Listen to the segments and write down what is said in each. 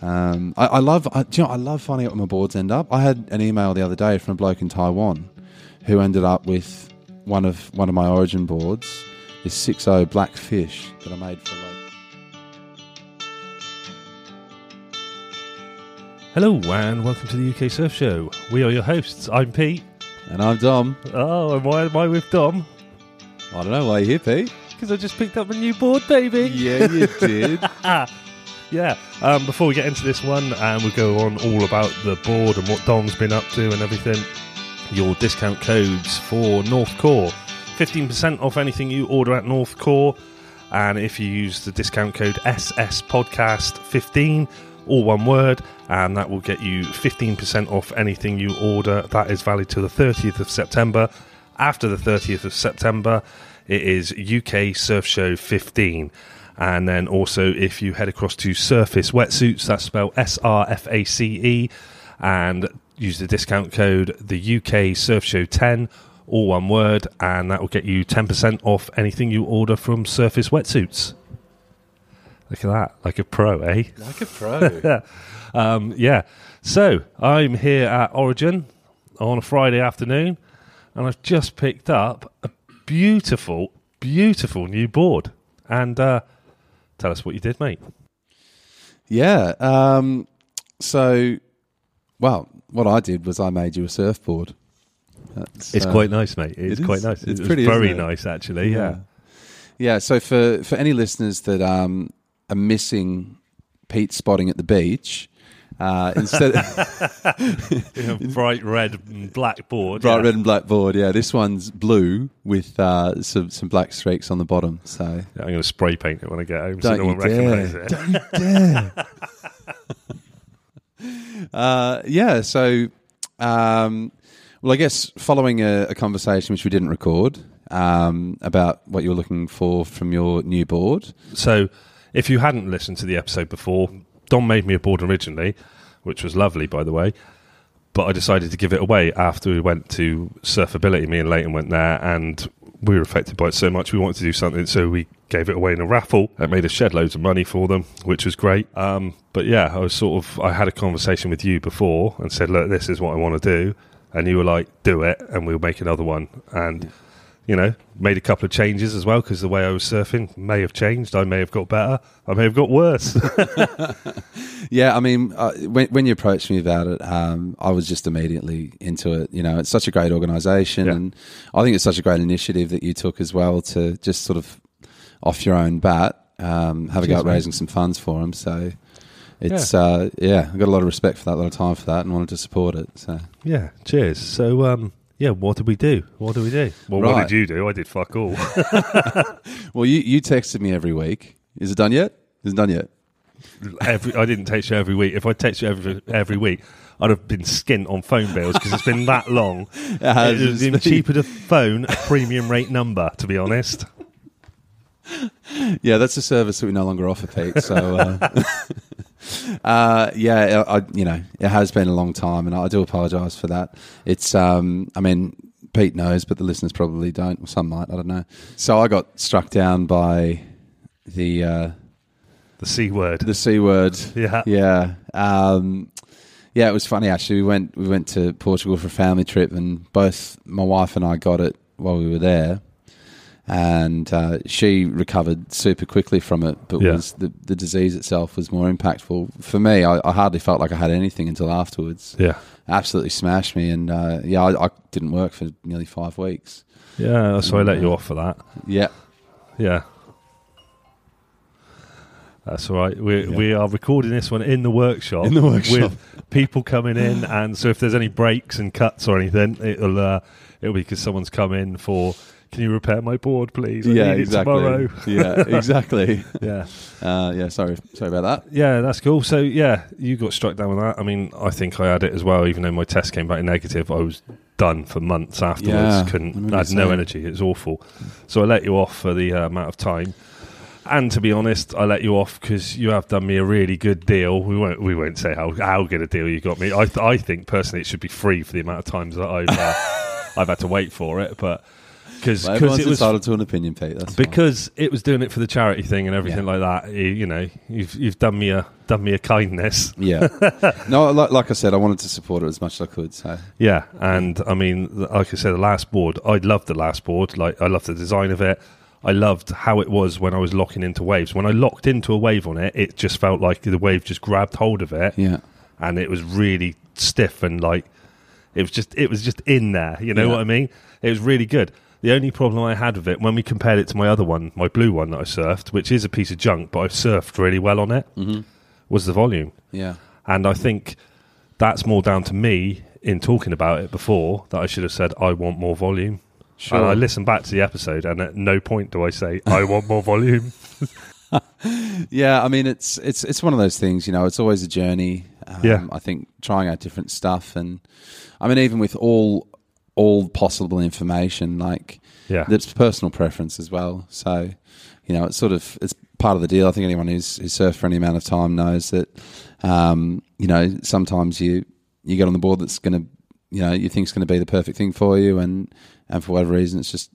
Um, I, I love, I, do you know, I love finding out where my boards end up. I had an email the other day from a bloke in Taiwan who ended up with one of one of my origin boards, this 6-0 black fish that I made for like Hello, and welcome to the UK Surf Show. We are your hosts. I'm Pete. And I'm Dom. Oh, and why am I with Dom? I don't know why you're here, Pete. Because I just picked up a new board, baby. Yeah, you did. Yeah. Um, before we get into this one, and we go on all about the board and what Dom's been up to and everything, your discount codes for North Core 15% off anything you order at North Core. And if you use the discount code SS Podcast 15 all one word, and that will get you 15% off anything you order. That is valid till the 30th of September. After the 30th of September, it is UK Surf Show 15. And then also, if you head across to Surface Wetsuits, that's spelled S R F A C E, and use the discount code the UK Surf Show 10, all one word, and that will get you 10% off anything you order from Surface Wetsuits. Look at that, like a pro, eh? like a pro. Um, yeah. So I'm here at Origin on a Friday afternoon, and I've just picked up a beautiful, beautiful new board. And uh, tell us what you did, mate. Yeah. Um, so, well, what I did was I made you a surfboard. That's, It's uh, quite nice, mate. it It's is- quite nice. it's It was pretty, isn't very it? nice, actually. Yeah. Yeah. So for for any listeners that um, are missing Pete spotting at the beach, uh, instead bright red and black board. bright yeah. red and black board, yeah, this one's blue with uh, some some black streaks on the bottom. So Yeah, I'm going to spray paint it when I get home so Don't no one you dare. recognises it. Uh, yeah, so um, well, I guess following a, a conversation which we didn't record um, about what you're looking for from your new board. So, if you hadn't listened to the episode before, Don made me a board originally, which was lovely, by the way. But I decided to give it away after we went to Surfability. Me and Leighton went there, and we were affected by it so much. We wanted to do something, so we gave it away in a raffle. It made us shed loads of money for them, which was great. Um, but yeah, I was sort of I had a conversation with you before and said, "Look, this is what I want to do," and you were like, "Do it," and we'll make another one. And you know, made a couple of changes as well because the way I was surfing may have changed. I may have got better. I may have got worse. Yeah, I mean, uh, when, when you approached me about it, um, I was just immediately into it. You know, it's such a great organisation, Yeah. and I think it's such a great initiative that you took as well to just sort of off your own bat, um, have a go Cheers, at mate. raising some funds for them. So. It's yeah. Uh, yeah, I've got a lot of respect for that, a lot of time for that, and wanted to support it. So yeah. Cheers. So, um, yeah, what did we do? What did we do? Well, what Right. did you do? I did fuck all. Well, you, you texted me every week. Is it done yet? Is it done yet? every, I didn't text you every week. If I text you every every week, I'd have been skint on phone bills because it's been that long. it has, would have been it's been- cheaper to phone a premium rate number, to be honest. Yeah, that's a service that we no longer offer, Pete. So, uh, uh, yeah, I, I- you know, it has been a long time, and I do apologise for that. It's, um, I mean, Pete knows, but the listeners probably don't. Or some might. I don't know. So I got struck down by the uh, The C word. the c word. yeah. yeah. Um, yeah, it was funny actually. We went we went to Portugal for a family trip, and both my wife and I got it while we were there, and uh, she recovered super quickly from it. But Yeah. was the, the disease itself was more impactful for me. I, I hardly felt like I had anything until afterwards. Yeah. Absolutely smashed me, and uh, yeah, I, I didn't work for nearly five weeks. Yeah. So I let you off for that. Yeah, Yeah. That's all right. We we are recording this one in the workshop. In the workshop. with people coming in, and so if there's any breaks and cuts or anything, it'll uh, it'll be because someone's come in for. Can you repair my board, please? I yeah, need it exactly. tomorrow." yeah, exactly. Yeah, Uh, yeah, sorry, sorry about that. yeah, that's cool. So yeah, you got struck down with that. I mean, I think I had it as well. Even though my test came back negative, I was done for months afterwards. Yeah, I Couldn't. remember I had no saying. energy. It was awful. So I let you off for the uh, amount of time. And to be honest, I let you off because you have done me a really good deal. We won't. We won't say how how good a deal you got me. I th- I think personally it should be free for the amount of times that I've uh, I've had to wait for it, but. because Well, everyone's it was entitled to an opinion, Pete. That's fine. because it was doing it for the charity thing and everything Yeah. like that. You, you know, you've you've done me a done me a kindness. yeah, no, like, like I said, I wanted to support it as much as I could. So Yeah, and I mean, like I said, the last board, I loved the last board. Like, I loved the design of it. I loved how it was when I was locking into waves. When I locked into a wave on it, it just felt like the wave just grabbed hold of it, yeah, and it was really stiff and like it was just it was just in there. You know Yeah. what I mean? It was really good. The only problem I had with it when we compared it to my other one, my blue one that I surfed, which is a piece of junk, but I surfed really well on it, Mm-hmm. was the volume. yeah, And I think that's more down to me in talking about it before that I should have said, I want more volume. sure. And I listened back to the episode, and at no point do I say, I want more volume. Yeah, I mean it's it's it's one of those things, you know. It's always a journey. Um, Yeah. I think trying out different stuff, and I mean even with all all possible information, like Yeah. it's personal preference as well. So you know, it's sort of it's part of the deal. I think anyone who's who's surfed for any amount of time knows that um, you know sometimes you you get on the board that's going to you know you think's going to be the perfect thing for you, and and for whatever reason, it's just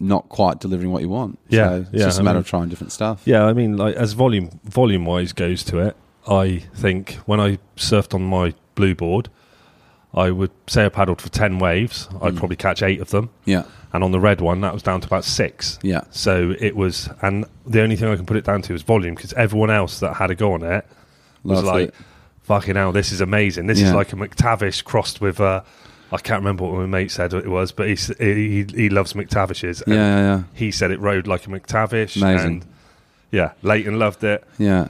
not quite delivering what you want. Yeah, so it's yeah, just a I matter mean- of trying different stuff. yeah, I mean, like as volume volume wise goes to it, I think when I surfed on my blue board, I would say I paddled for 10 waves. I'd Mm. probably catch eight of them. yeah, And on the red one, that was down to about six. yeah. So it was, and the only thing I can put it down to is volume because everyone else that had a go on it was Loved like, it. fucking hell, this is amazing. This is Yeah. like a McTavish crossed with, uh, I can't remember what my mate said it was, but he s- he, he loves McTavishes. And yeah, yeah, He said it rode like a McTavish. Amazing. And yeah, Leighton loved it, yeah.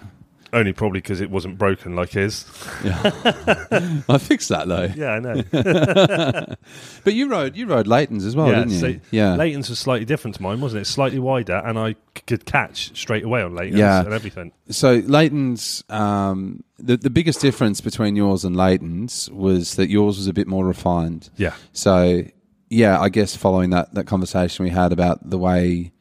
only probably because it wasn't broken like his. yeah. I fixed that though. Yeah, I know. But you rode, you rode Leighton's as well, yeah, didn't you? so yeah, Leighton's was slightly different to mine, wasn't it? Slightly wider, and I c- could catch straight away on Leighton's Yeah. and everything. So Leighton's, um, the the biggest difference between yours and Leighton's was that yours was a bit more refined. Yeah. So yeah, I guess following that that conversation we had about the way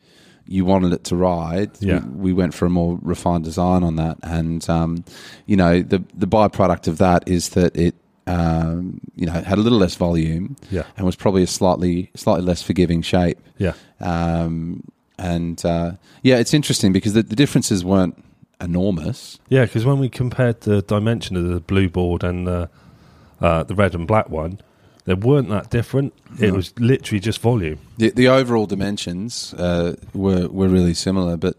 you wanted it to ride, Yeah. we, we went for a more refined design on that, and um, you know the the byproduct of that is that it. Um, you know, had a little less volume, Yeah. and was probably a slightly slightly less forgiving shape. Yeah. Um, and uh, yeah, it's interesting because the, the differences weren't enormous. Yeah, because when we compared the dimension of the blue board and the uh, the red and black one, they weren't that different. It No. was literally just volume. The, the overall dimensions uh, were were really similar, but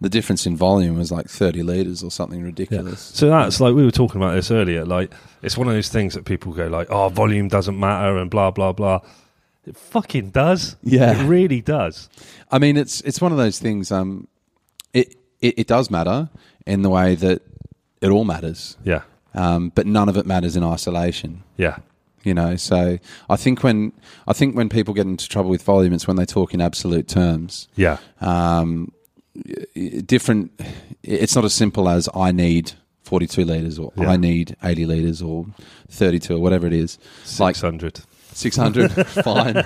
the difference in volume was like thirty liters or something ridiculous. So that's like we were talking about this earlier. Like it's one of those things that people go like, "Oh, volume doesn't matter," and blah blah blah. It fucking does. Yeah. it really does. I mean, it's it's one of those things. Um, it, it it does matter in the way that it all matters, Yeah, um, but none of it matters in isolation. yeah, you know so i think when i think when people get into trouble with volume it's when they talk in absolute terms yeah, um y- y- different it's not as simple as i need 42 liters or Yeah. i need 80 liters or 32 or whatever it is like six hundred. 600 fine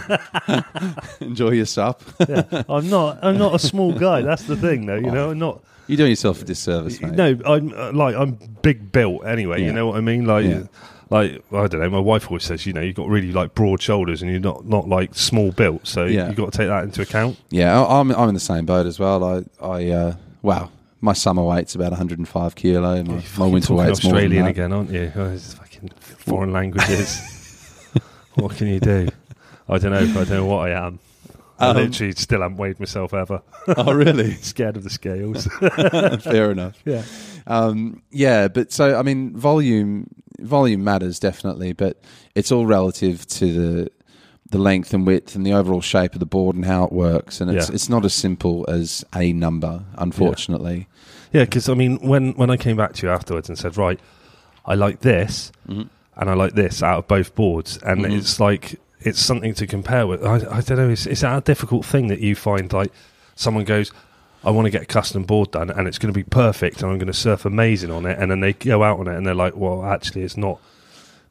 enjoy your sup yeah. I'm not. I'm not a small guy. That's the thing, though. You Oh, know, I'm not. you're doing yourself a disservice mate No, I'm uh, like I'm big built anyway. Yeah. You know what I mean? Like, Yeah. like I don't know. My wife always says, you know, you've got really like broad shoulders and you're not not like small built. So Yeah. you've got to take that into account. yeah I- i'm i'm in the same boat as well i i uh wow my summer weight's about 105 kilo my, my winter Talking weight's more than Australian that. again, aren't you? Oh, it's fucking foreign languages. what can you do? I don't know. I don't know what I am. I Um, literally still haven't weighed myself ever. oh really Scared of the scales. fair enough yeah. Um, yeah, but so I mean, volume volume matters definitely, but it's all relative to the the length and width and the overall shape of the board and how it works, and it's Yeah. it's not as simple as a number, unfortunately. Yeah, because I mean, when when I came back to you afterwards and said, right, I like this Mm-hmm. and I like this out of both boards, and Mhm. it's like it's something to compare with. I, I don't know. Is, is that a difficult thing that you find? Like someone goes, I want to get a custom board done, and it's going to be perfect, and I'm going to surf amazing on it, and then they go out on it, and they're like, well, actually, it's not.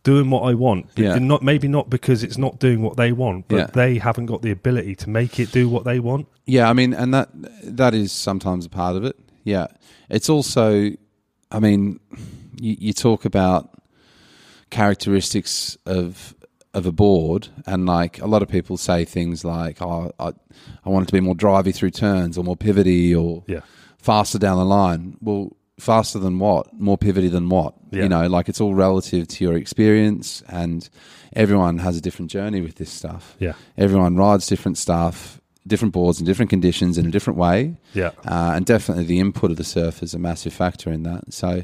Doing what I want, Yeah. not maybe not because it's not doing what they want, but Yeah. they haven't got the ability to make it do what they want. Yeah, I mean, and that that is sometimes a part of it. Yeah, it's also, I mean, you, you talk about characteristics of of a board, and like a lot of people say things like, "Oh, I, I want it to be more drivey through turns, or more pivoty, or Yeah. faster down the line." Well, faster than what? More pivoty than what? Yeah. You know, like it's all relative to your experience, and everyone has a different journey with this stuff. Yeah. Everyone rides different stuff, different boards, and different conditions in a different way. Yeah. Uh, and definitely the input of the surf is a massive factor in that. So,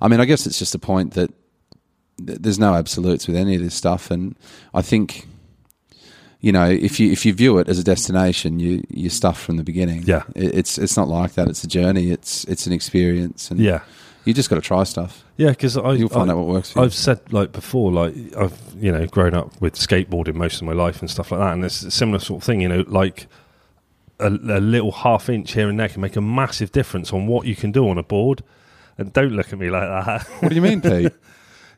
I mean, I guess it's just a point that th- there's no absolutes with any of this stuff. And I think, you know, if you if you view it as a destination, you you're stuffed from the beginning. Yeah. It, it's it's not like that. It's a journey. It's it's an experience, and Yeah. you just got to try stuff. Yeah, because I You'll find I, out what works for you. I've said like before, like I've you know grown up with skateboarding most of my life and stuff like that, and it's a similar sort of thing. You know, like a, a little half inch here and there can make a massive difference on what you can do on a board. And don't look at me like that. what do you mean, Pete?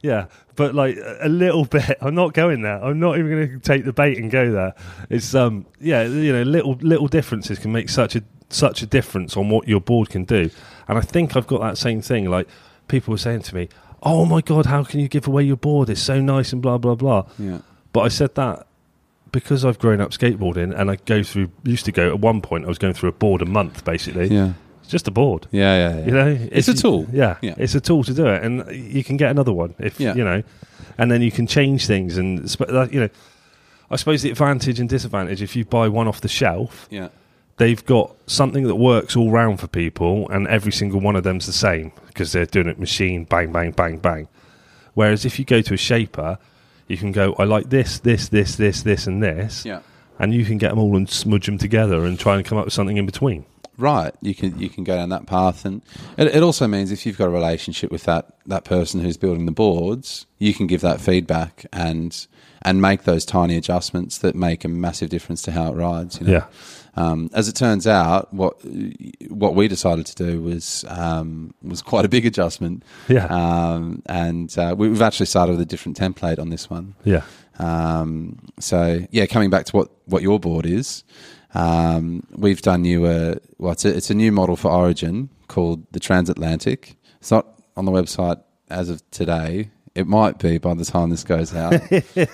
yeah, but like a a little bit. I'm not going there. I'm not even going to take the bait and go there. It's um yeah, you know, little little differences can make such a such a difference on what your board can do. And I think I've got that same thing. Like people were saying to me, "Oh my god, how can you give away your board? It's so nice and blah blah blah." yeah. But I said that because I've grown up skateboarding and I go through used to go at one point I was going through a board a month basically. Yeah. It's just a board. Yeah. Yeah. You Yeah. know, It's a tool. Yeah, Yeah. it's a tool to do it, and you can get another one if Yeah. you know, and then you can change things and sp- like, you know, I suppose the advantage and disadvantage if you buy one off the shelf, Yeah. they've got something that works all round for people, and every single one of them's the same because they're doing it machine bang bang bang bang. Whereas if you go to a shaper, you can go, I like this, this, this, this, this, and this, Yeah. and you can get them all and smudge them together and try and come up with something in between. right you can you can go down that path and it, it also means if you've got a relationship with that that person who's building the boards you can give that feedback and and make those tiny adjustments that make a massive difference to how it rides you know? Yeah. um, as it turns out what what we decided to do was um, was quite a big adjustment Yeah. um, and uh, we- we've actually started with a different template on this one Yeah, um, so yeah, coming back to what, what your board is, um, we've done you a well, it's a, it's a new model for Origin called the Transatlantic. It's not on the website as of today. It might be by the time this goes out.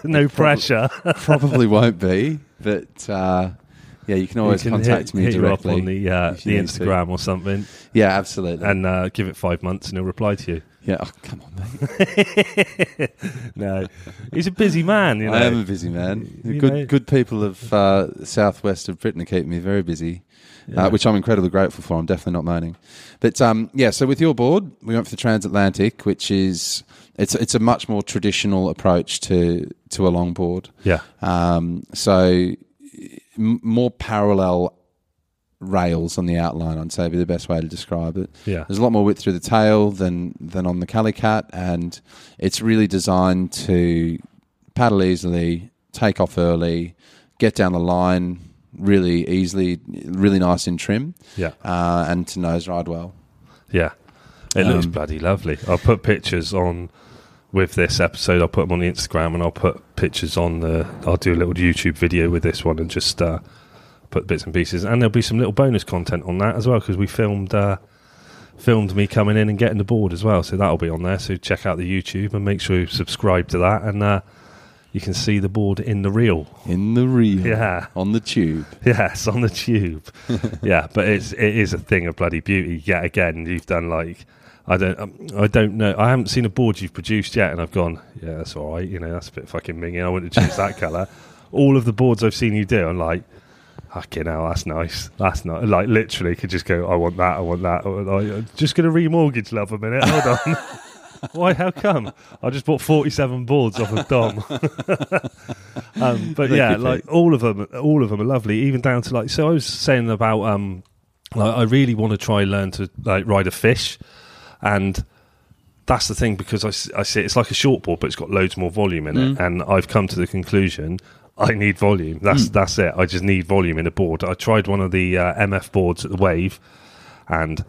no pressure. Probably won't be, but uh, yeah, you can always You can contact hit- me hit you up directly on the uh, if you the need to. Instagram or something, Yeah, absolutely. and uh, give it five months, and he'll reply to you. yeah, oh, come on, mate. No, he's a busy man. You know, I am a busy man. You good, know. good people of uh, southwest of Britain are keeping me very busy, Yeah. uh, which I'm incredibly grateful for. I'm definitely not moaning. But um, yeah, so with your board, we went for the transatlantic, which is it's it's a much more traditional approach to to a long board. yeah, Um, so m- more parallel rails on the outline, I'd say, would be the best way to describe it. yeah, There's a lot more width through the tail than than on the Calicat, and it's really designed to paddle easily, take off early, get down the line really easily, really nice in trim, yeah, uh, and to nose ride well. yeah. It looks Um, bloody lovely. I'll put pictures on with this episode. I'll put them on the Instagram, and I'll put pictures on the. I'll do a little YouTube video with this one, and just uh, put bits and pieces. And there'll be some little bonus content on that as well because we filmed. Uh, Filmed me coming in and getting the board as well, so that'll be on there. So check out the YouTube and make sure you subscribe to that, and uh, you can see the board in the reel. In the reel, Yeah. on the tube. Yes, on the tube. yeah, but it's it is a thing of bloody beauty. Yet again, you've done like I don't um, I don't know. I haven't seen a board you've produced yet, and I've gone, yeah, that's all right. You know, that's a bit fucking mingy. I wouldn't choose that color. All of the boards I've seen you do, I'm like, fucking hell, that's nice. That's not like literally could just go. I want that. I want that. I want, I- I'm just gonna remortgage love a minute. Hold on. Why? How come? I just bought forty-seven boards off of Dom. um, but Thank yeah, you, like all of them, all of them are lovely. Even down to like, so I was saying about, um, like I really want to try learn to like ride a fish, and that's the thing because I, s- I see it's like a short board, but it's got loads more volume in it, and I've come to the conclusion. I need volume. That's that's it. I just need volume in a board. I tried one of the uh, MF boards at the Wave, and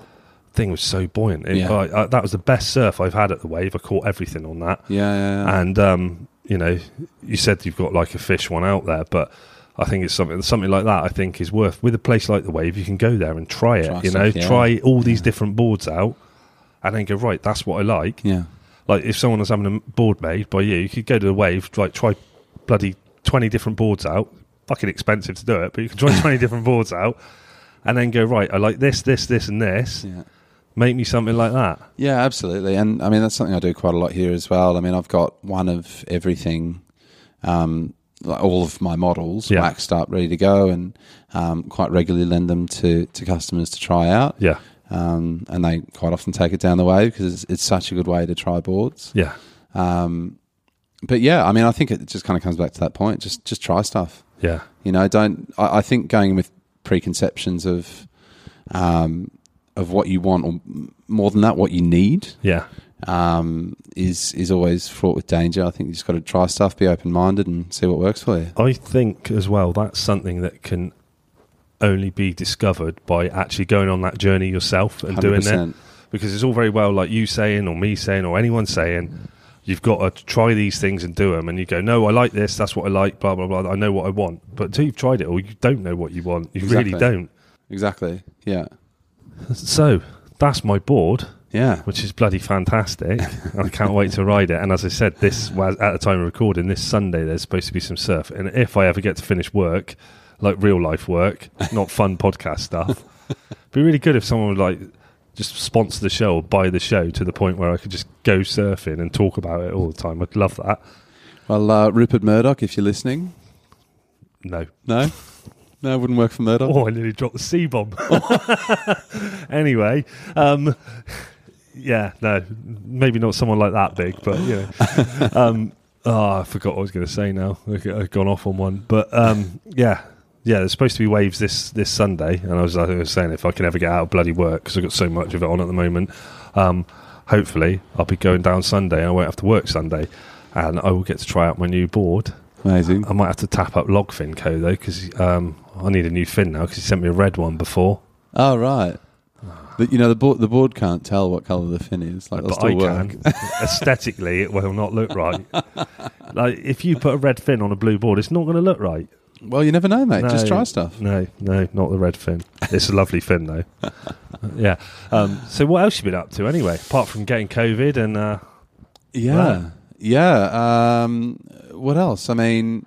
thing was so buoyant. It- Yeah. I, I, that was the best surf I've had at the wave. I caught everything on that, Yeah, yeah, yeah. and um, you know, you said you've got like a fish one out there, but I think it's something something like that. I think is worth with a place like the wave. You can go there and try it. Try you know, stuff, yeah. try all these different boards out, and then go right. That's what I like. yeah. Like if someone was having a board made by you, you could go to the wave, like try bloody 20 different boards out. Fucking expensive to do it, but you can try 20 different boards out and then go, right, I like this, this, this, and this. Yeah. Make me something like that. Yeah, absolutely. And I mean, that's something I do quite a lot here as well. I mean, I've got one of everything, um, like all of my models Yeah. waxed up, ready to go, and um, quite regularly lend them to, to customers to try out. Yeah. Um, and they quite often take it down the way because it's, it's such a good way to try boards. Yeah. Um, but yeah, I mean, I think it just kind of comes back to that point. Just just try stuff. Yeah. You know, don't. I, I think going with preconceptions of um, of what you want, or m- more than that, what you need, Yeah. um, is is always fraught with danger. I think you just got to try stuff, be open minded, and see what works for you. I think as well that's something that can only be discovered by actually going on that journey yourself and doing it 100%. because it's all very well like you saying or me saying or anyone saying you've got to try these things and do them and you go no I like this that's what I like blah blah blah I know what I want but until you've tried it all you don't know what you want you really Exactly. don't Exactly. Yeah. so that's my board Yeah. which is bloody fantastic and I can't wait to ride it and as I said this was at the time of recording this Sunday there's supposed to be some surf and if I ever get to finish work like real life work not fun podcast stuff be really good if someone would like just sponsor the show or buy the show to the point where I could just go surfing and talk about it all the time I'd love that Well, uh, Rupert Murdoch, if you're listening, no no, no, it wouldn't work for Murdoch. Oh, I nearly dropped the C bomb. anyway, um, yeah, no, maybe not someone like that big, but you know. Um, oh, I forgot what I was going to say now. Okay, I've gone off on one, but um, yeah, yeah. There's supposed to be waves this this Sunday, and I was, like I was saying if I can ever get out of bloody work because I've got so much of it on at the moment. Um, hopefully, I'll be going down Sunday, and I won't have to work Sunday, and I will get to try out my new board. Amazing. I might have to tap up Logfin Co though because um, I need a new fin now because he sent me a red one before. Oh right. But, you know the board, the board can't tell what colour the fin is. Like, it'll but still I work. can. Aesthetically, it will not look right. like if you put a red fin on a blue board, it's not going to look right. Well, you never know, mate. Just No. try stuff. No, no, not the red fin. It's a lovely fin though. yeah. Um, so what else you been up to anyway? Apart from getting COVID and uh, Yeah. Yeah. Um, what else? I mean,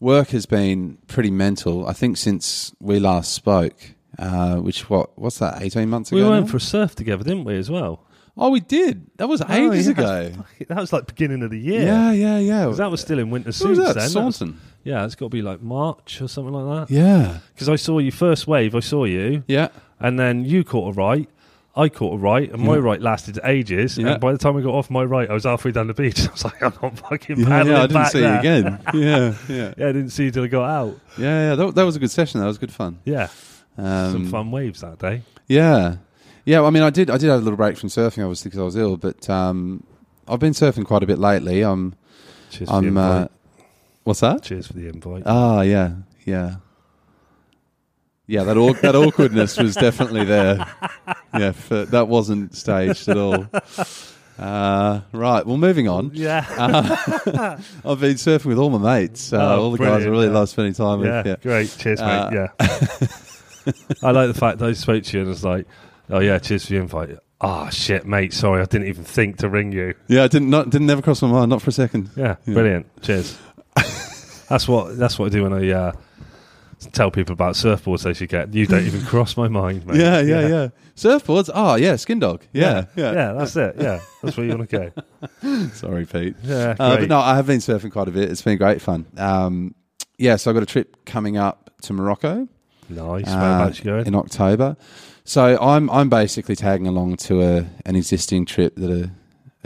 work has been pretty mental. I think since we last spoke, uh, which what what's that? Eighteen months we ago. went now? for a surf together, didn't we? As well. oh, we did. That was ages ago. That was like beginning of the year. Yeah, yeah, yeah. 'Cause that was still in winter What was suits that? then. That was- Saunton. yeah, it's got to be like March or something like that. Yeah. Because I saw you first wave, I saw you, Yeah. and then you caught a right, I caught a right, and my Yeah. right lasted ages. Yeah. And by the time I got off my right, I was halfway down the beach. I was like, I'm not fucking Yeah, paddling yeah, I didn't back see there. you again. Yeah, yeah, Yeah, I didn't see you till I got out. yeah, yeah. That, that was a good session. That was good fun. Yeah, Um, some fun waves that day. Yeah, yeah. Well, I mean, I did. I did have a little break from surfing, obviously, because I was ill. But um, I've been surfing quite a bit lately. I'm. Cheers for I'm. the invite. Uh, what's that? Cheers for the invite. Ah, yeah, yeah, yeah. That awk that awkwardness was definitely there. Yeah, for, that wasn't staged at all. Uh, right. Well, moving on. yeah, Uh, I've been surfing with all my mates. Uh, Oh, all the guys I brilliant, really yeah. love spending time yeah, with. Yeah. great. Cheers, Uh, mate. Yeah, I like the fact that I spoke to you and was like, oh yeah, cheers for the invite. Ah, shit, mate. Sorry, I didn't even think to ring you. Yeah, it didn't not didn't never cross my mind, not for a second. Yeah, Yeah. brilliant. Cheers. that's what that's what I do when I uh, tell people about surfboards they should get. You don't even cross my mind, mate. Yeah, yeah, yeah, Surfboards. Oh, yeah, skin dog. Yeah, yeah. yeah. that's it. Yeah, that's where you want to go. Sorry, Pete. Yeah, Uh, but great. no, I have been surfing quite a bit. It's been great fun. Um, yeah, so I've got a trip coming up to Morocco nice. uh, Whereabouts you going? in October. So I'm I'm basically tagging along to a an existing trip that a,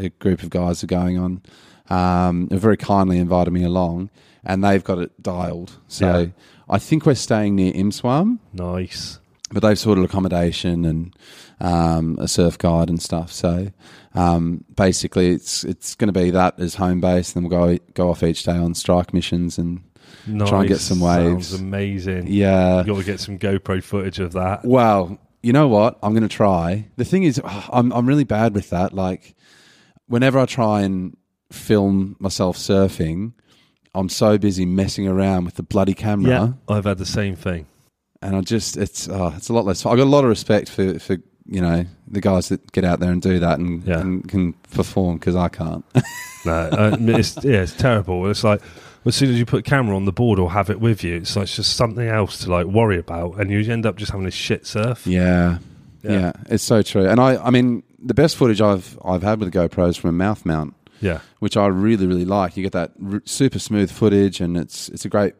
a group of guys are going on. Um, have very kindly invited me along, and they've got it dialed. So Yeah. I think we're staying near Imswam, Nice. but they've sorted accommodation and um, a surf guide and stuff. So um, basically, it's it's going to be that as home base, and then we'll go go off each day on strike missions and Nice. and get some waves. Sounds amazing. yeah. You got to get some GoPro footage of that. Well, you know what? I'm going to try. The thing is, ah, I'm I'm really bad with that. Like, whenever I try and film myself surfing, I'm so busy messing around with the bloody camera. I've had the same thing. and I just it's oh, it's a lot less. Fun. I got a lot of respect for for you know the guys that get out there and do that and, Yeah. and can perform because I can't. No, uh, it's yeah, it's terrible. It's like as soon as you put a camera on the board or have it with you, it's like it's just something else to like worry about, and you end up just having a shit surf. Yeah. Yeah. yeah, It's so true. And I, I mean, the best footage I've I've had with GoPros from a mouth mount, Yeah, which I really really like. You get that r- super smooth footage, and it's it's a great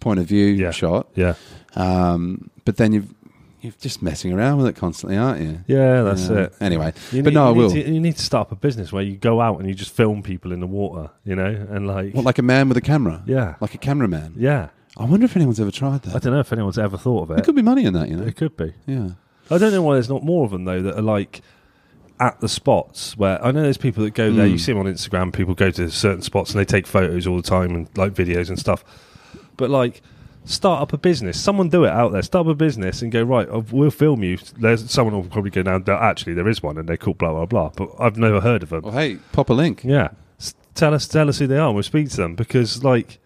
point of view Yeah. shot. yeah, Um, but then you've you're just messing around with it constantly, aren't you? yeah. That's Yeah. it. Anyway, You but need- no, I you need will. to- you need to start up a business where you go out and you just film people in the water, you know, and like, What, like a man with a camera? yeah, Like a cameraman. yeah. I wonder if anyone's ever tried I that. don't know if anyone's ever thought of There it. could be money in that, you know? It could be. Yeah. I don't know why there's not more of them though that are like at the spots where I know there's people that go there. Mm. You see them on Instagram. People go to certain spots and they take photos all the time and like videos and stuff. But like, start up a business. Someone do it out there. Start up a business and go right. oh, We'll film you. There's someone will probably go down. Actually, there is one and they're called blah blah blah. But I've never heard of them. Well, hey, pop a link. Yeah. S- Tell us tell us who they are and we'll speak to them because like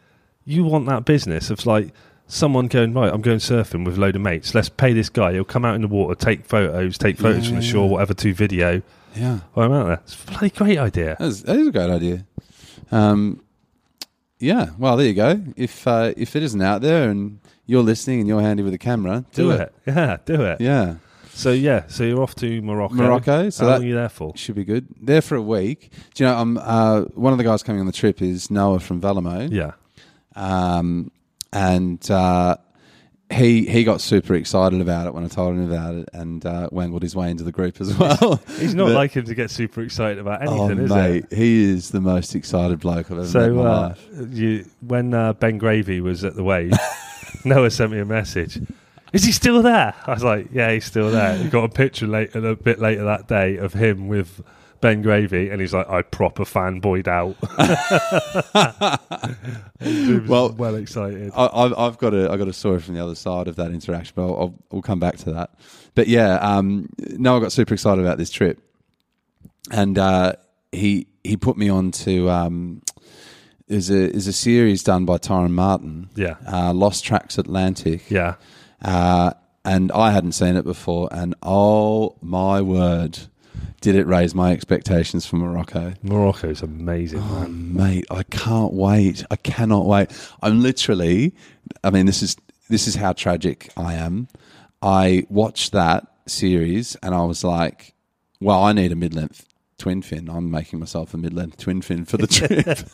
you want that business of like someone going, Right, I'm going surfing with a load of mates, let's pay this guy, he'll come out in the water, take photos, take photos Yeah, from the yeah, shore, yeah. whatever to video. Yeah. Well, I'm out there. It's a bloody great idea. That is, that is a great idea. Um, yeah. Well, there you go. If uh, if it isn't out there and you're listening and you're handy with a camera, do, Do it. Yeah, do it. Yeah. So yeah, so you're off to Morocco. Morocco, so How long that- are you there for? Should be good. There for a week. Do you know, um, uh, one of the guys coming on the trip is Noah from Valamo. Yeah. Um, and uh, he he got super excited about it when I told him about it and uh, wangled his way into the group as well. He's not But- like him to get super excited about anything, oh, is mate, he is the most excited bloke I've ever it? met in So my uh, life. you, when uh, Ben Gravy was at the wave, Noah sent me a message. Is he still there? I was like, yeah, he's still there. He got a picture later, a bit later that day of him with Ben Gravy, and he's like, I proper fanboyed out. he was well, Well- well excited. I, I've, I've got a I got a story from the other side of that interaction, but I'll, I'll, we'll come back to that. But yeah, um, no, I got super excited about this trip, and uh, he he put me on to um, is a is a series done by Tyron Martin, Yeah, uh, Lost Tracks Atlantic, yeah. uh, and I hadn't seen it before, and oh my word, did it raise my expectations for Morocco. Morocco's amazing, man. Um, Mate, I can't wait. I cannot wait. I'm literally I mean this is this is how tragic I am. I watched that series and I was like, well, I need a mid-length twin fin. I'm making myself a mid-length twin fin for the trip.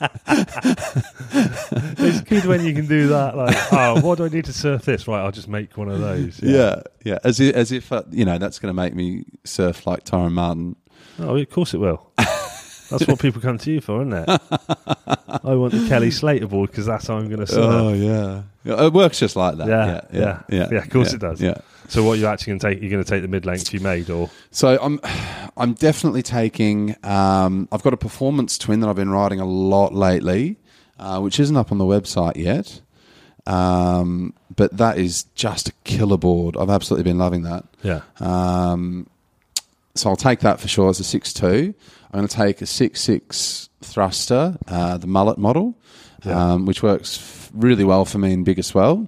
It's good when you can do that. Like, oh, what do I need to surf this? Right, I'll just make one of those. yeah, yeah. As if, as if uh, you know, that's going to make me surf like Tyron Martin. Oh, of course it will. That's what people come to you for, isn't it? I want the Kelly Slater board because that's how I'm going to serve. Oh, yeah. uh, It works just like that. Oh, Yeah, Yeah, yeah. Yeah, of course it does. Yeah. So, what are you actually going to take? You're going to take the mid length you made, or So I'm, I'm definitely taking. Um, I've got a performance twin that I've been riding a lot lately, uh, which isn't up on the website yet. Um, but that is just a killer board. I've absolutely been loving that. yeah, Um, so I'll take that for sure as a six two. I'm going to take a six six thruster, uh, the mullet model, Yeah. um, which works f- really well for me in bigger swell,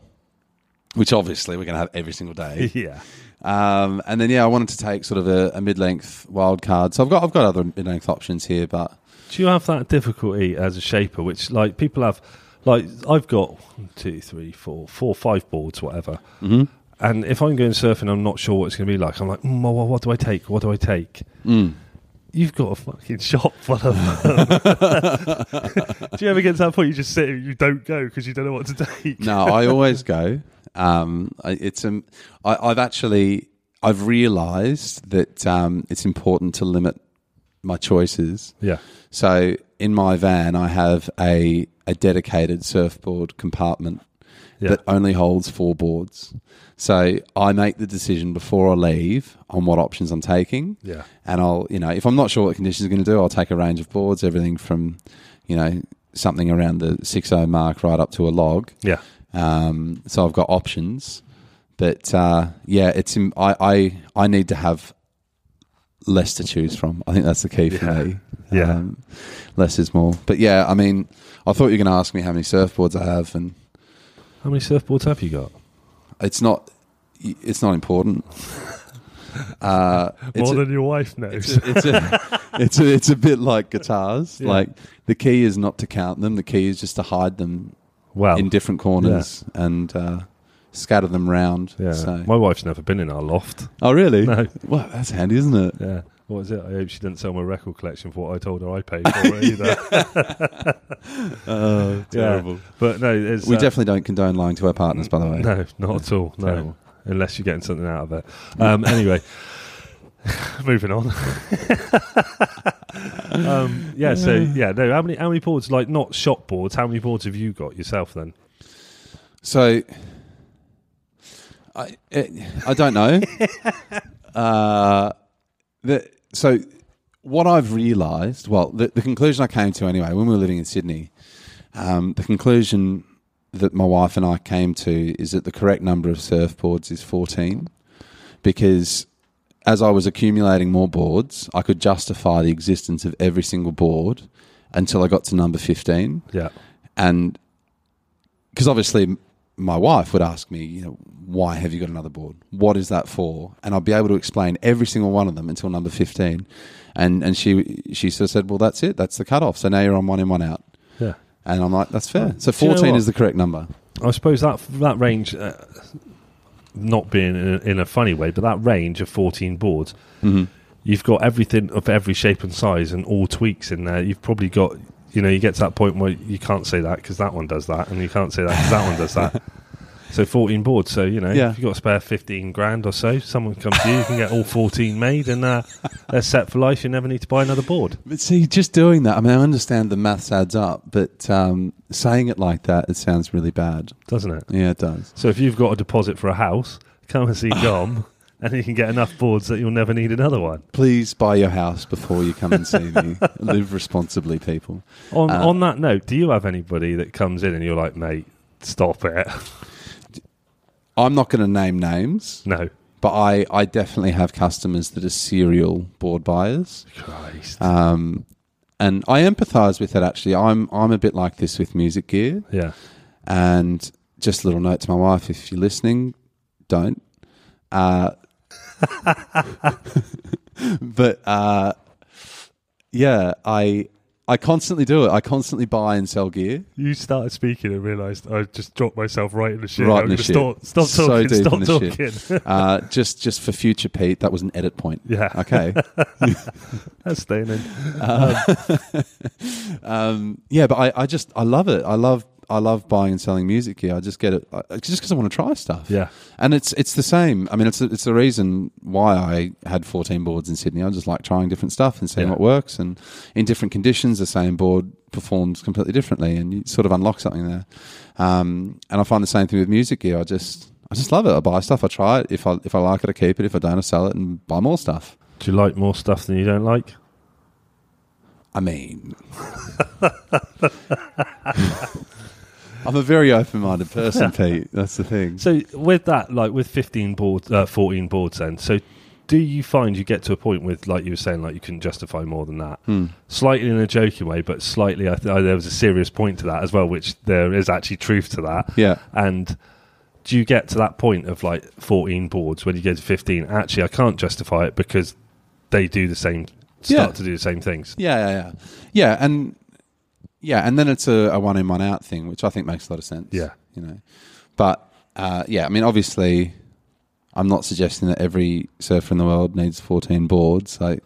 which obviously we're going to have every single day. yeah, Um, and then yeah, I wanted to take sort of a, a mid-length wild card. So I've got I've got other mid-length options here, but Do you have that difficulty as a shaper, which like people have? Like I've got one, two, three, four, four, five boards, whatever. Mm-hmm. And if I'm going surfing, I'm not sure what it's going to be like. I'm like, mm, well, well, what do I take? What do I take? Mm. You've got a fucking shop full of them. do you ever get to that point you just sit and you don't go because you don't know what to take? no, I always go. Um, I- it's um, I, I've actually I've realised that um, it's important to limit my choices. Yeah, So in my van, I have a a dedicated surfboard compartment Yeah. that only holds four boards. So I make the decision before I leave on what options I'm taking. yeah, and I'll you know if I'm not sure what the conditions are going to do, I'll take a range of boards, everything from you know something around the six oh mark right up to a log. yeah, Um, so I've got options, but uh, yeah, it's im- I, I I need to have less to choose from. I think that's the key for Yeah. me. Yeah. Um, less is more. But yeah, I mean, I thought you were going to ask me how many surfboards I have, and How many surfboards have you got? it's not it's not important. Uh, it's More a- than your wife it's knows. a, it's a, it's a, it's a bit like guitars. Yeah. Like the key is not to count them. The key is just to hide them Well, in different corners and uh, scatter them round. yeah. So. My wife's never been in our loft. oh, really? No. Well, that's handy, isn't it? Yeah. What is it? I hope she didn't sell my record collection for what I told her I paid for it either. Oh, terrible. But no, it's, We uh, definitely don't condone lying to our partners, by the way. No, not at all. No, Terrible. unless you're getting something out of it. Um, anyway, moving on. um, yeah. So Uh. yeah. No. How many? How many boards? Like not shop boards. How many boards have you got yourself then? So, I eh, I don't know. uh, the, so, what I've realised, well, the, the conclusion I came to anyway, when we were living in Sydney, um, the conclusion that my wife and I came to is that the correct number of surfboards is fourteen, because as I was accumulating more boards, I could justify the existence of every single board until I got to number fifteen Yeah. and because obviously m- my wife would ask me, you know, why have you got another board? What is that for? And I'd be able to explain every single one of them until number fifteen, and and she she sort of said, well, that's it, that's the cutoff. So now you're on one in, one out, Yeah. and I'm like, that's fair. So Do you know fourteen what? is the correct number. I suppose that that range, uh, not being in a, in a funny way, but that range of 14 boards, you've got everything of every shape and size and all tweaks in there. You've probably got, you know, you get to that point where you can't say that because that one does that, and you can't say that because that one does that. So 14 boards. So, you know, Yeah. if you've got a spare 15 grand or so, someone comes to you, you can get all 14 made and uh, they're set for life. You never need to buy another board. But see, just doing that, I mean, I understand the maths adds up, but um, saying it like that, it sounds really bad. Doesn't it? Yeah, it does. So if you've got a deposit for a house, come and see Dom, and you can get enough boards that you'll never need another one. Please buy your house before you come and see me. Live responsibly, people. On Uh, on that note, do you have anybody that comes in and you're like, mate, stop it? I'm not going to name names. no, but I, I definitely have customers that are serial board buyers. Christ, Um, and I empathize with that actually. I'm, I'm a bit like this with music gear. yeah, And just a little note to my wife if you're listening, don't. Uh, but uh, yeah, I, I constantly do it. I constantly buy and sell gear. you started speaking and realised I just dropped myself right in the shit. Right I'm in the shit. gonna Stop, stop So talking. deep in Stop the talking. Uh, just, just for future Pete, that was an edit point. yeah, Okay. that's staying in. um, yeah, but I, I just I love it. I love I love buying and selling music here. I just get it I, it's just because I want to try stuff. Yeah, and it's it's the same. I mean, it's it's the reason why I had fourteen boards in Sydney. I just like trying different stuff and seeing Yeah. what works. And in different conditions, the same board performs completely differently, and you sort of unlock something there. Um, and I find the same thing with music gear. I just I just love it. I buy stuff. I try it. If I if I like it, I keep it. If I don't, I sell it and buy more stuff. do you like more stuff than you don't like? I mean, I'm a very open minded person, Pete. That's the thing. So with that, like with fifteen boards, uh, fourteen boards, then so. Do you find you get to a point with, like you were saying, like you couldn't justify more than that? Hmm. Slightly in a joking way, but slightly, I th- I, there was a serious point to that as well, which there is actually truth to that. Yeah. And do you get to that point of like 14 boards when you go to 15? Actually, I can't justify it because they do the same, start Yeah. to do the same things. Yeah, yeah, yeah. Yeah, and yeah, and then it's a, a one in, one out thing, which I think makes a lot of sense. Yeah. You know. But uh, yeah, I mean obviously I'm not suggesting that every surfer in the world needs fourteen boards. Like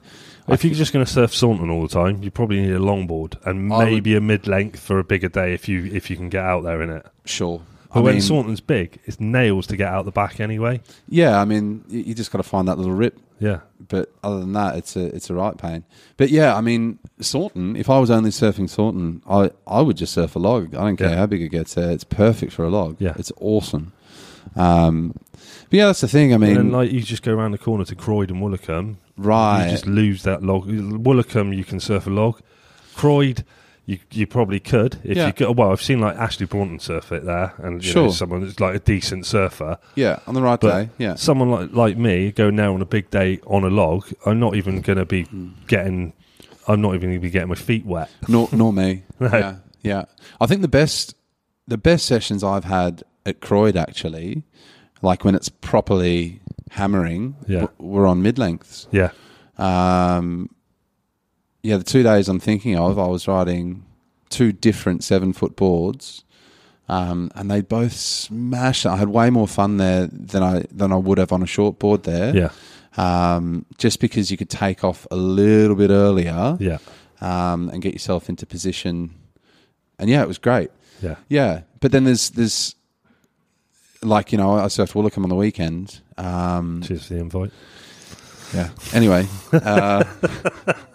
If you're just going to surf Saunton all the time, you probably need a longboard and I would- maybe a mid length for a bigger day if you if you can get out there in it. sure. But I when mean, Saunton's big, it's nails to get out the back anyway. yeah, I mean you, you just gotta find that little rip Yeah, but other than that, it's a it's a right pain. But yeah, I mean Saunton. If I was only surfing Saunton, I I would just surf a log. I don't care Yeah. how big it gets. There, it's perfect for a log. Yeah. it's awesome. Um, but yeah, that's the thing. I and mean, then like you just go around the corner to Croydon Woolacombe, right? you just lose that log. Woolacombe, you can surf a log. Croyd, you you probably could if Yeah. you could. Well, I've seen like Ashley Braunton surf it there, and you know, Sure. someone that's like a decent surfer. yeah, on the right But day. Yeah, Someone like like me going there on a big day on a log, I'm not even going to be getting. I'm not even going to be getting my feet wet. nor nor me. No. Yeah, yeah. I think the best the best sessions I've had at Croyd actually, like when it's properly hammering Yeah. w- were on mid lengths. Yeah. Um, yeah, the two days I'm thinking of, I was riding two different seven foot boards, um, and they both smashed. I had way more fun there than I than I would have on a short board there. Yeah. Um, just because you could take off a little bit earlier Yeah. um, and get yourself into position, and yeah, it was great. Yeah. Yeah, but then there's there's like you know I surfed Woolacombe on the weekend. Um, Cheers for the invite. yeah. Anyway, uh,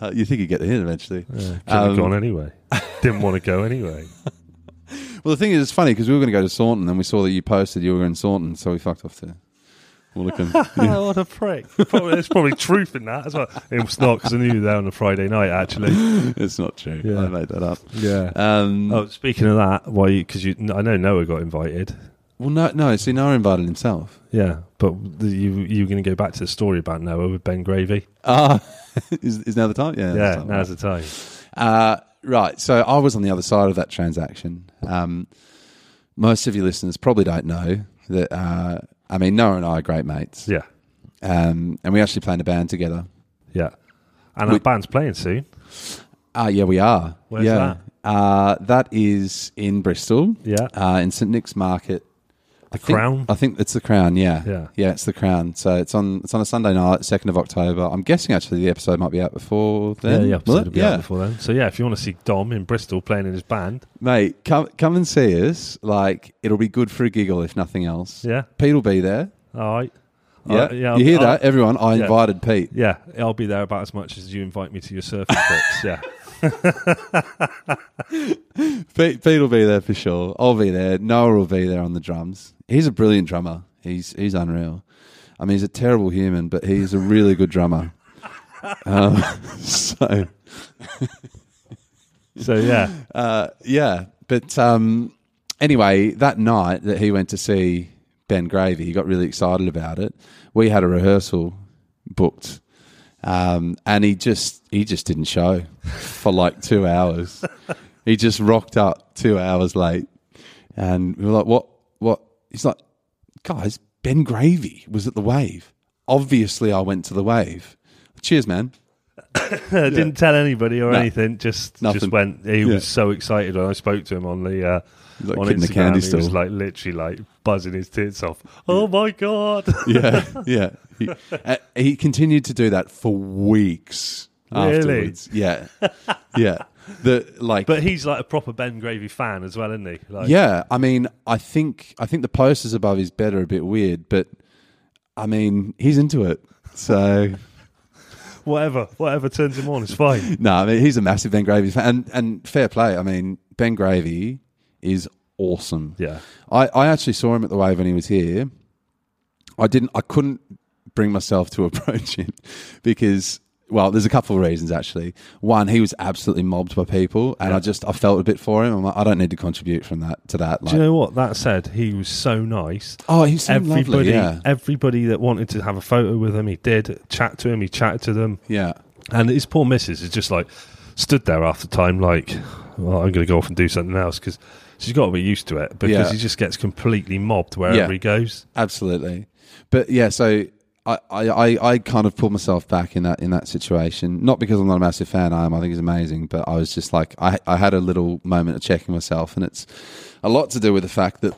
uh, you think you get the hint eventually? Yeah. Couldn't Um, have gone anyway. Didn't want to go anyway. Well, the thing is, it's funny because we were going to go to Saunton, and we saw that you posted you were in Saunton, so we fucked off to Woolacombe. Oh, what a prick. Probably, there's probably truth in that as well. It was not because I knew you were there on a Friday night, actually. it's not true. Yeah. I made that up. Yeah. Um, Oh, speaking of that, why? Because you, I know Noah got invited. Well, no, no. See, Noah invited himself. Yeah, but the, you you were going to go back to the story about Noah with Ben Gravy. Ah, is, is now the time? Yeah. yeah, that's the time. now's the time. Uh, right. So I was on the other side of that transaction. Um, most of your listeners probably don't know that. Uh, I mean, Noah and I are great mates, Yeah, um, and we actually play in a band together. yeah. And We- our band's playing soon. Ah, yeah, we are. Where's yeah. that? Uh, that is in Bristol, Yeah, uh, in St Nick's Market. the think- Crown. I think it's the Crown. Yeah, Yeah. yeah, it's the Crown. So it's on. It's on a Sunday night, second of October. I'm guessing actually the episode might be out before Yeah, then. the Will episode it? will be out before then. So yeah, if you want to see Dom in Bristol playing in his band, mate, come come and see us. Like it'll be good for a giggle if nothing else. yeah, Pete will be there. all right. Yeah, Uh, yeah, you hear I'll- that, everyone? I yeah. invited Pete. Yeah, I'll be there about as much as you invite me to your surfing trips. Yeah, Pete. Pete will be there for sure. I'll be there. Noah will be there on the drums. He's a brilliant drummer. He's he's unreal. I mean, he's a terrible human, but he's a really good drummer. um, so so yeah, uh, yeah, but um, anyway, that night that he went to see Ben Gravy, he got really excited about it. We had a rehearsal booked, um, and he just he just didn't show for like two hours. he just rocked up two hours late, and we were like, "What? What?" He's like, "Guys, Ben Gravy was at the Wave. Obviously, I went to the Wave. Cheers, man." didn't tell anybody or No. anything. Just Nothing. just went. He Yeah. was so excited when I spoke to him on the uh, He's like on kid in Instagram. a candy he store. was like literally like buzzing his tits off. Oh my god! yeah, yeah. He, uh, he continued to do that for weeks Really? afterwards. Yeah, yeah. The like, but he's like a proper Ben Gravy fan as well, isn't he? Like, yeah. I mean, I think I think the posters above his bed are a bit weird, but I mean, he's into it. So Whatever, whatever turns him on is fine. no, I mean, he's a massive Ben Gravy fan, and and fair play. I mean, Ben Gravy is awesome. Yeah, I, I actually saw him at the wave when he was here. I didn't. I couldn't bring myself to approach him because, well, there's a couple of reasons actually. One, he was absolutely mobbed by people, and I just I felt a bit for him. I'm like, I don't need to contribute from that to that. do Like, you know what? That said, he was so nice. oh, he's so Everybody, lovely. Yeah, everybody that wanted to have a photo with him, he did. Chat to him, he chatted to them. yeah, And his poor missus is just like stood there half the time, like, well, I'm going to go off and do something else because she's got to be used to it because Yeah. he just gets completely mobbed wherever Yeah. he goes. absolutely. But yeah, so. I, I, I- I kind of pulled myself back in that in that situation. Not because I'm not a massive fan, I am. I think he's amazing, but I was just like I, I had a little moment of checking myself, and it's a lot to do with the fact that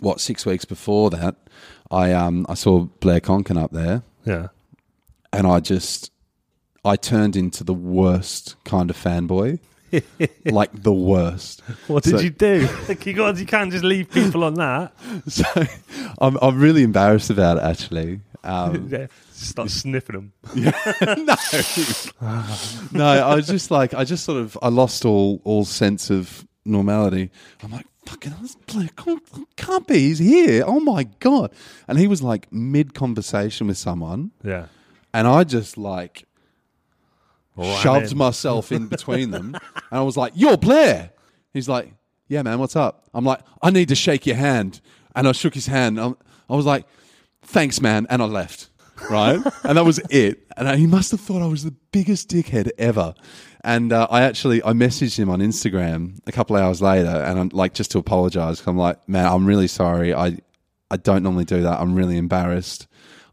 what six weeks before that, I um I saw Blair Conkin up there, Yeah, and I just I turned into the worst kind of fanboy, like the worst. what So- did you do? you got, you can't just leave people on that. So I'm I'm really embarrassed about it actually. Um, Yeah, start sniffing them. no, no. I was just like, I just sort of, I lost all all sense of normality. I'm like, fucking, hell, this bloke can't, can't be. He's here. Oh my god! And he was like mid conversation with someone, Yeah, and I just like Ran shoved in. myself in between them, and I was like, "You're Blair." He's like, "Yeah, man, what's up?" I'm like, "I need to shake your hand," and I shook his hand. i I was like, "Thanks, man," and I left. Right, and that was it. And I- he must have thought I was the biggest dickhead ever. And uh, I actually I messaged him on Instagram a couple hours later, and I'm like just to apologize. I'm like, "Man, I'm really sorry. I I don't normally do that. I'm really embarrassed.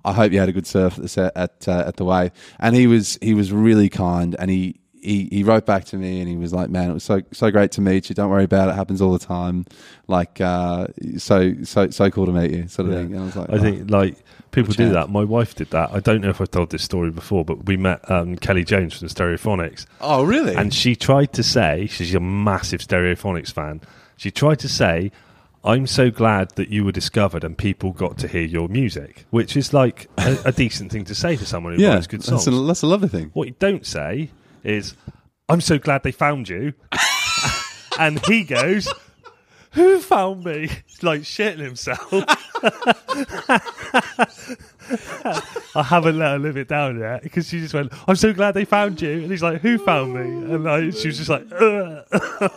I hope you had a good surf at the set, at, uh, at the way. And he was he was really kind, and he, he he wrote back to me, and he was like, "Man, it was so so great to meet you. Don't worry about it. it happens all the time. Like uh, so so so cool to meet you, sort of Yeah. thing." And I was like, I "Oh." think like people Watch do out. that. My wife did that. I don't know if I've told this story before, but we met um, Kelly Jones from Stereophonics, "Oh, really?" and she tried to say she's a massive Stereophonics fan. She tried to say, "I'm so glad that you were discovered and people got to hear your music," which is like a, a decent thing to say to someone who yeah, writes good songs. that's a, that's a lovely thing. What you don't say is, I'm so glad they found you. and he goes, Who found me? He's like shitting himself. I haven't let her live it down yet because she just went, I'm so glad they found you. And he's like, Who found me? And I, she was just like, Ugh.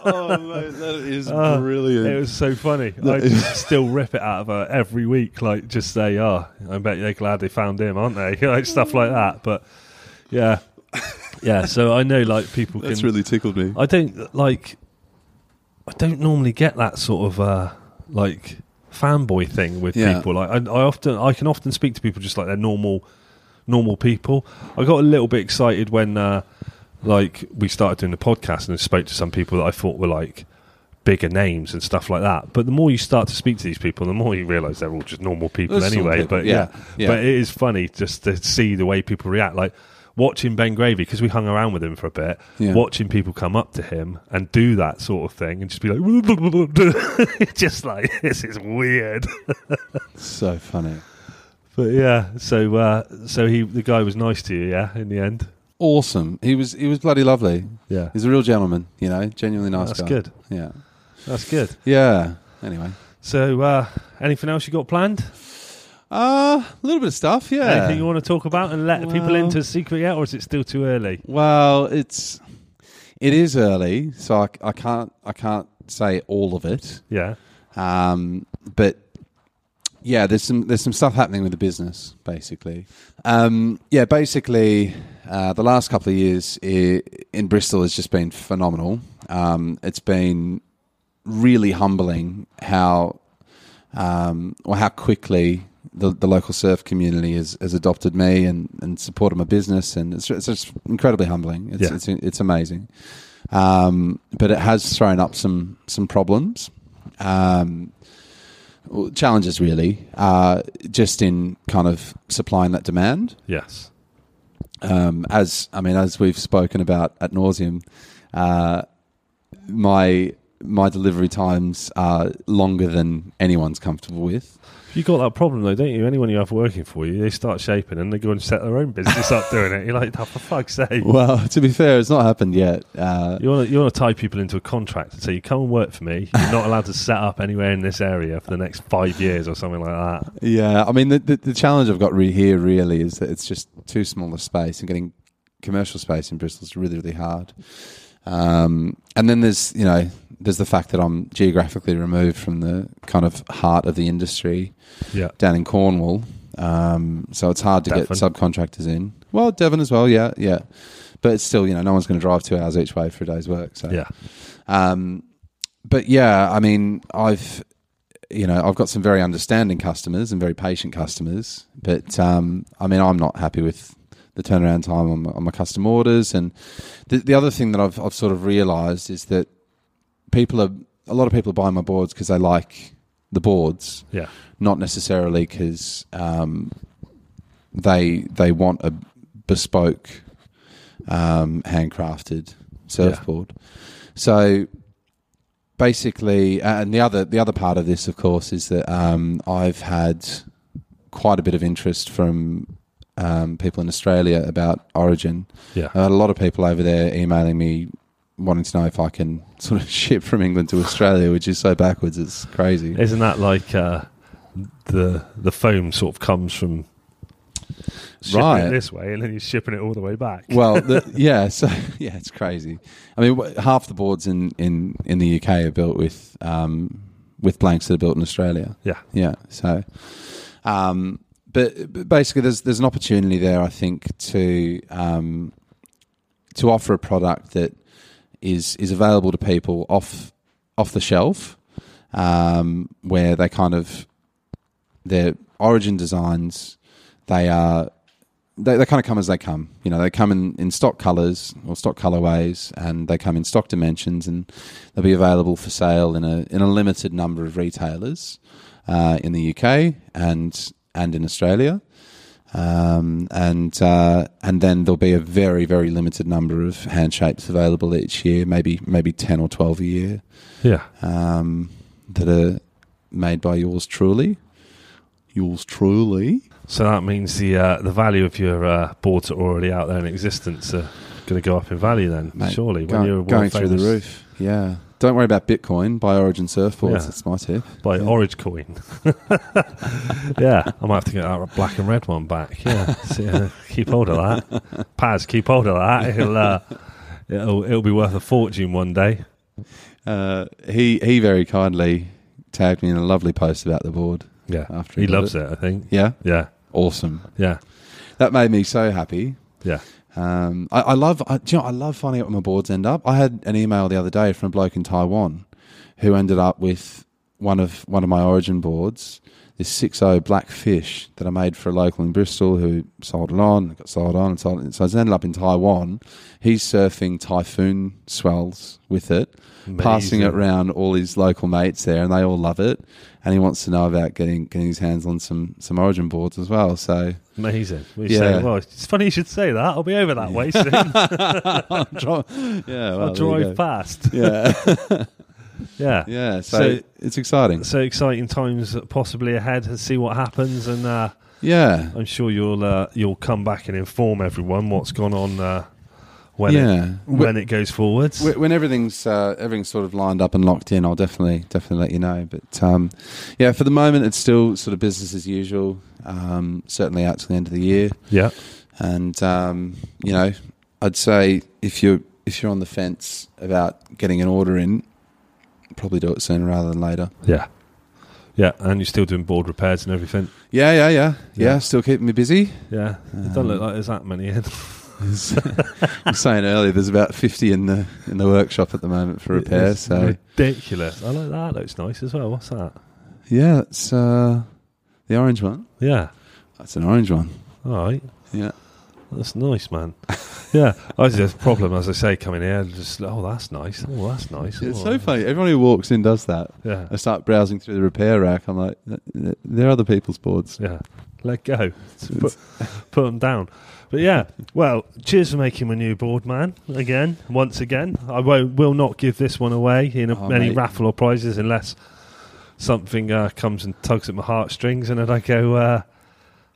oh, mate, that is Ah, It brilliant. was so funny. I just still rip it out of her every week. Like, just say, "Oh, I bet they're glad they found him, aren't they?" like stuff like that. But yeah, yeah. So I know, like, people That's can. really tickled me. I don't like. I don't normally get that sort of uh like fanboy thing with Yeah. people. Like, I, I often, I can often speak to people just like they're normal, normal people. I got a little bit excited when, uh like, we started doing the podcast and I spoke to some people that I thought were like bigger names and stuff like that. But the more you start to speak to these people, the more you realise they're all just normal people They're just anyway. normal people, But yeah, yeah. yeah. but it is funny just to see the way people react. Like watching Ben Gravy because we hung around with him for a bit. Yeah. Watching people come up to him and do that sort of thing and just be like, just like this is weird. So funny. But yeah, so uh, so he the guy was nice to you, yeah. In the end, Awesome. He was he was bloody lovely. yeah, He's a real gentleman, you know, genuinely nice that's guy. good. Yeah. That's good. Yeah. Anyway. So uh, anything else you got planned? Uh, a little bit of stuff, yeah. Anything you want to talk about and let people Well- into a secret yet, or is it still too early? well, it's it is early, so I, I can't I can't say all of it. Yeah. Um, but yeah, there's some there's some stuff happening with the business basically. Um, yeah, basically, uh, the last couple of years i in Bristol has just been phenomenal. Um, it's been really humbling how um, or how quickly the, the local surf community has, has adopted me and, and supported my business, and it's, it's just incredibly humbling. It's Yeah. it's, it's amazing, um, but it has thrown up some some problems, um, well, challenges really, uh, just in kind of supplying that demand Yes. um, as I mean, as we've spoken about at nauseum, uh, my my delivery times are longer than anyone's comfortable with. You got that problem though, don't you? Anyone you have working for you, they start shaping and they go and set their own business up doing it. You're like, oh, for fuck's sake. Well, to be fair, it's not happened yet. Uh, You want to you want to tie people into a contract and say you come and work for me. You're not allowed to set up anywhere in this area for the next five years or something like that. yeah, I mean, the, the, the challenge I've got re- here really is that it's just too small a space, and getting commercial space in Bristol is really really hard. Um, and then there's you know there's the fact that I'm geographically removed from the kind of heart of the industry. Yeah, down in Cornwall. Um, so it's hard to get Devon. subcontractors in. Well, Devon as well, yeah, yeah. But it's still, you know, no one's going to drive two hours each way for a day's work. So, yeah, Um, but yeah, I mean, I've, you know, I've got some very understanding customers and very patient customers. But um, I mean, I'm not happy with the turnaround time on my, on my custom orders. And the, the other thing that I've, I've sort of realised is that people are a lot of people are buying my boards because they like the boards yeah, not necessarily because um, they they want a bespoke, um, handcrafted surfboard. So basically, and the other the other part of this, of course, is that um, I've had quite a bit of interest from um, people in Australia about Origin. yeah. I had a lot of people over there emailing me wanting to know if I can sort of ship from England to Australia, which is so backwards. It's crazy. Isn't that like uh, the the foam sort of comes from shipping Right. it this way and then you're shipping it all the way back? Well, the, yeah, so yeah, it's crazy. I mean, wh- half the boards in, in, in the UK are built with um, with blanks that are built in Australia. Yeah. yeah. So, um, but, but basically, there's there's an opportunity there, I think, to um, to offer a product that is is available to people off off the shelf, um, where they kind of their origin designs, they are they, they kind of come as they come. You know, they come in, in stock colors or stock colorways, and they come in stock dimensions, and they'll be available for sale in a in a limited number of retailers uh, in the UK and and in Australia. Um, and uh, and then there'll be a very very limited number of handshapes available each year, maybe maybe ten or twelve a year Yeah. um, that are made by yours truly. Yours truly. So that means the uh, the value of your uh, boards are already out there in existence are going to go up in value then, Mate, surely. Go- when you're going world through the famous roof. Yeah. Don't worry about Bitcoin. Buy Origin surfboards. Yeah. That's my tip. By Yeah. Orange Coin. yeah, I might have to get that black and red one back. Yeah, So, yeah, keep hold of that. Paz, keep hold of that. It'll, uh, it'll, it'll be worth a fortune one day. Uh, he he very kindly tagged me in a lovely post about the board Yeah. after He loves it, I think. Yeah, Yeah, awesome. yeah, That made me so happy. yeah. Um, I, I love, I, do you know, I love finding out where my boards end up. I had an email the other day from a bloke in Taiwan who ended up with one of one of my origin boards, this six O black fish that I made for a local in Bristol who sold it on, got sold on, and sold it. So it's ended up in Taiwan. He's surfing typhoon swells with it, passing it Amazing. round all his local mates there, and they all love it. And he wants to know about getting getting his hands on some some origin boards as well. So Amazing. We Yeah. say, well, it's funny you should say that. I'll be over that way soon. I'm dri- yeah, well, I'll there you drive go. past. Yeah. Yeah. Yeah, so, So- it's exciting. So exciting times possibly ahead and see what happens. And uh, Yeah, I'm sure you'll uh, you'll come back and inform everyone what's gone on uh, when it, yeah. when it goes forwards. Wh- When everything's uh, everything's sort of lined up and locked in, I'll definitely definitely let you know. But um, yeah, for the moment, it's still sort of business as usual. Um, certainly out to the end of the year, yeah. and um, you know, I'd say if you're if you're on the fence about getting an order in, probably do it sooner rather than later. Yeah. Yeah, and you're still doing board repairs and everything. Yeah, yeah, yeah, yeah. Yeah. still keeping me busy. Yeah, it Um, doesn't look like there's that many in. I was saying earlier, there's about fifty in the in the workshop at the moment for repair. It's So ridiculous. I like that. Looks nice as well. What's that? Yeah, it's uh, the orange one. Yeah. That's an orange one. All right. Yeah. That's nice, man. yeah, I was just problem as I say coming here. Just oh, that's nice. Oh, that's nice. It's Oh, so funny. Everyone who walks in does that. Yeah, I start browsing through the repair rack. I'm like, "Th- th- they're other people's boards. yeah. Let go. Put, put them down. But yeah, well, cheers for making my new board, man. Again, once again, I won't, will not give this one away in a, Oh, any mate. raffle or prizes unless something uh, comes and tugs at my heartstrings, and then I go, uh,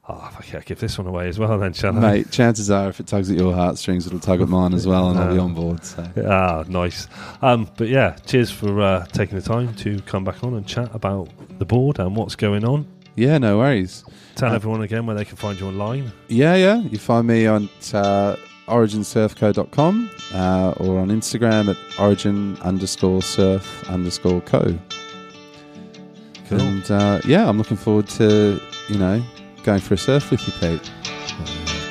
oh, fuck yeah, give this one away as well, then shall I? Mate, chances are if it tugs at your heartstrings, it'll tug at mine as well, and I'll be Yeah. on board. So. Ah, nice. Um, but yeah, cheers for uh, taking the time to come back on and chat about the board and what's going on. Yeah, no worries. Tell Uh, everyone again where they can find you online. Yeah, yeah. You find me on uh, originsurfco.com uh, or on Instagram at origin underscore surf underscore co. Cool. And uh, yeah, I'm looking forward to, you know, going for a surf with you, Pete.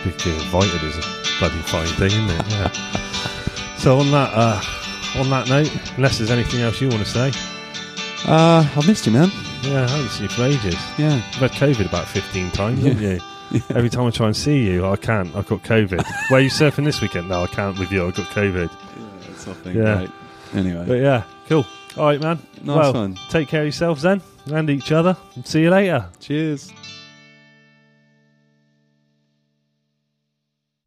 Big being invited is a bloody fine thing, isn't it? Yeah. so on that uh, on that note, unless there's anything else you want to say, Uh, I've missed you, man. yeah, I haven't seen you for ages. Yeah. I've had COVID about 15 times, haven't you? Every time I try and see you, I can't. I've got COVID. Where are you surfing this weekend? No, I can't with you. I've got COVID. It's Yeah. great. Anyway, But yeah, cool. All right, man. nice well, one. Take care of yourselves then and each other. See you later. Cheers.